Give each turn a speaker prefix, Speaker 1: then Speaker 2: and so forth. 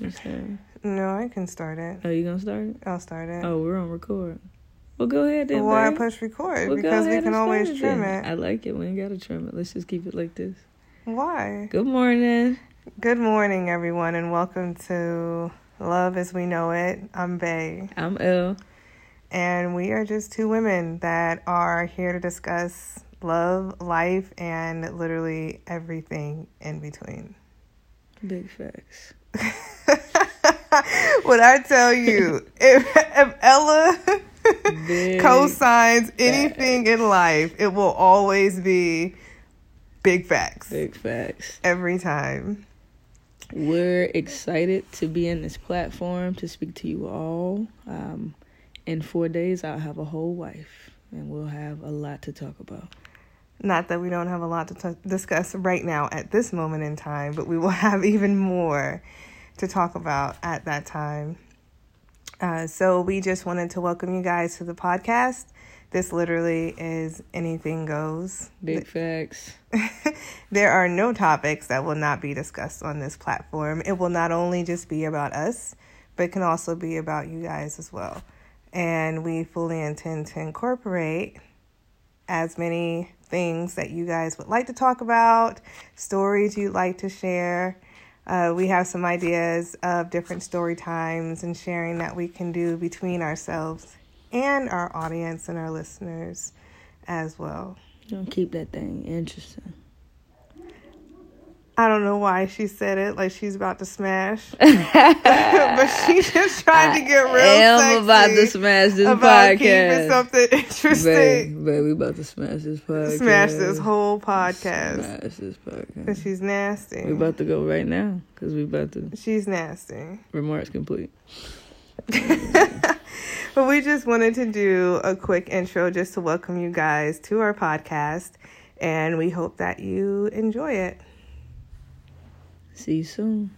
Speaker 1: You said-
Speaker 2: No, I can start it.
Speaker 1: Oh, you gonna start it?
Speaker 2: I'll start it.
Speaker 1: Oh, we're on record. Well, go ahead then.
Speaker 2: Well, I
Speaker 1: babe.
Speaker 2: push record
Speaker 1: Well, go
Speaker 2: because we
Speaker 1: ahead and
Speaker 2: can
Speaker 1: start
Speaker 2: always trim
Speaker 1: then.
Speaker 2: it.
Speaker 1: I like it. We ain't gotta trim it. Let's just keep it like this.
Speaker 2: Why?
Speaker 1: Good morning.
Speaker 2: Good morning, everyone, and welcome to Love as We Know It. I'm Bay,
Speaker 1: I'm L.
Speaker 2: and we are just two women that are here to discuss love, life, and literally everything in between.
Speaker 1: Big facts.
Speaker 2: When I tell you, if, if Ella
Speaker 1: Big
Speaker 2: co-signs anything in life, it will always be big facts
Speaker 1: Big facts.
Speaker 2: every time.
Speaker 1: We're excited to be in this platform to speak to you all. Um, in four days, I'll have a whole wife, and we'll have a lot to talk about.
Speaker 2: Not that we don't have a lot to t- discuss right now at this moment in time, but we will have even more to talk about at that time. Uh, so we just wanted to welcome you guys to the podcast. This literally is anything goes.
Speaker 1: Big facts.
Speaker 2: There are no topics that will not be discussed on this platform. It will not only just be about us, but it can also be about you guys as well. And we fully intend to incorporate as many things that you guys would like to talk about, stories you'd like to share. Uh, we have some ideas of different story times and sharing that we can do between ourselves and our audience and our listeners as well.
Speaker 1: Don't keep that thing interesting.
Speaker 2: I don't know why she said it like she's about to smash, but she just tried to get real
Speaker 1: am
Speaker 2: sexy
Speaker 1: about to smash this
Speaker 2: about keeping
Speaker 1: podcast.
Speaker 2: something
Speaker 1: Babe,
Speaker 2: interesting.
Speaker 1: babe, we about to smash this podcast.
Speaker 2: Smash this whole podcast
Speaker 1: Smash this podcast.
Speaker 2: because she's nasty.
Speaker 1: We about to go right now because we about to
Speaker 2: she's nasty.
Speaker 1: remarks complete.
Speaker 2: But we just wanted to do a quick intro just to welcome you guys to our podcast, and we hope that you enjoy it.
Speaker 1: See you soon.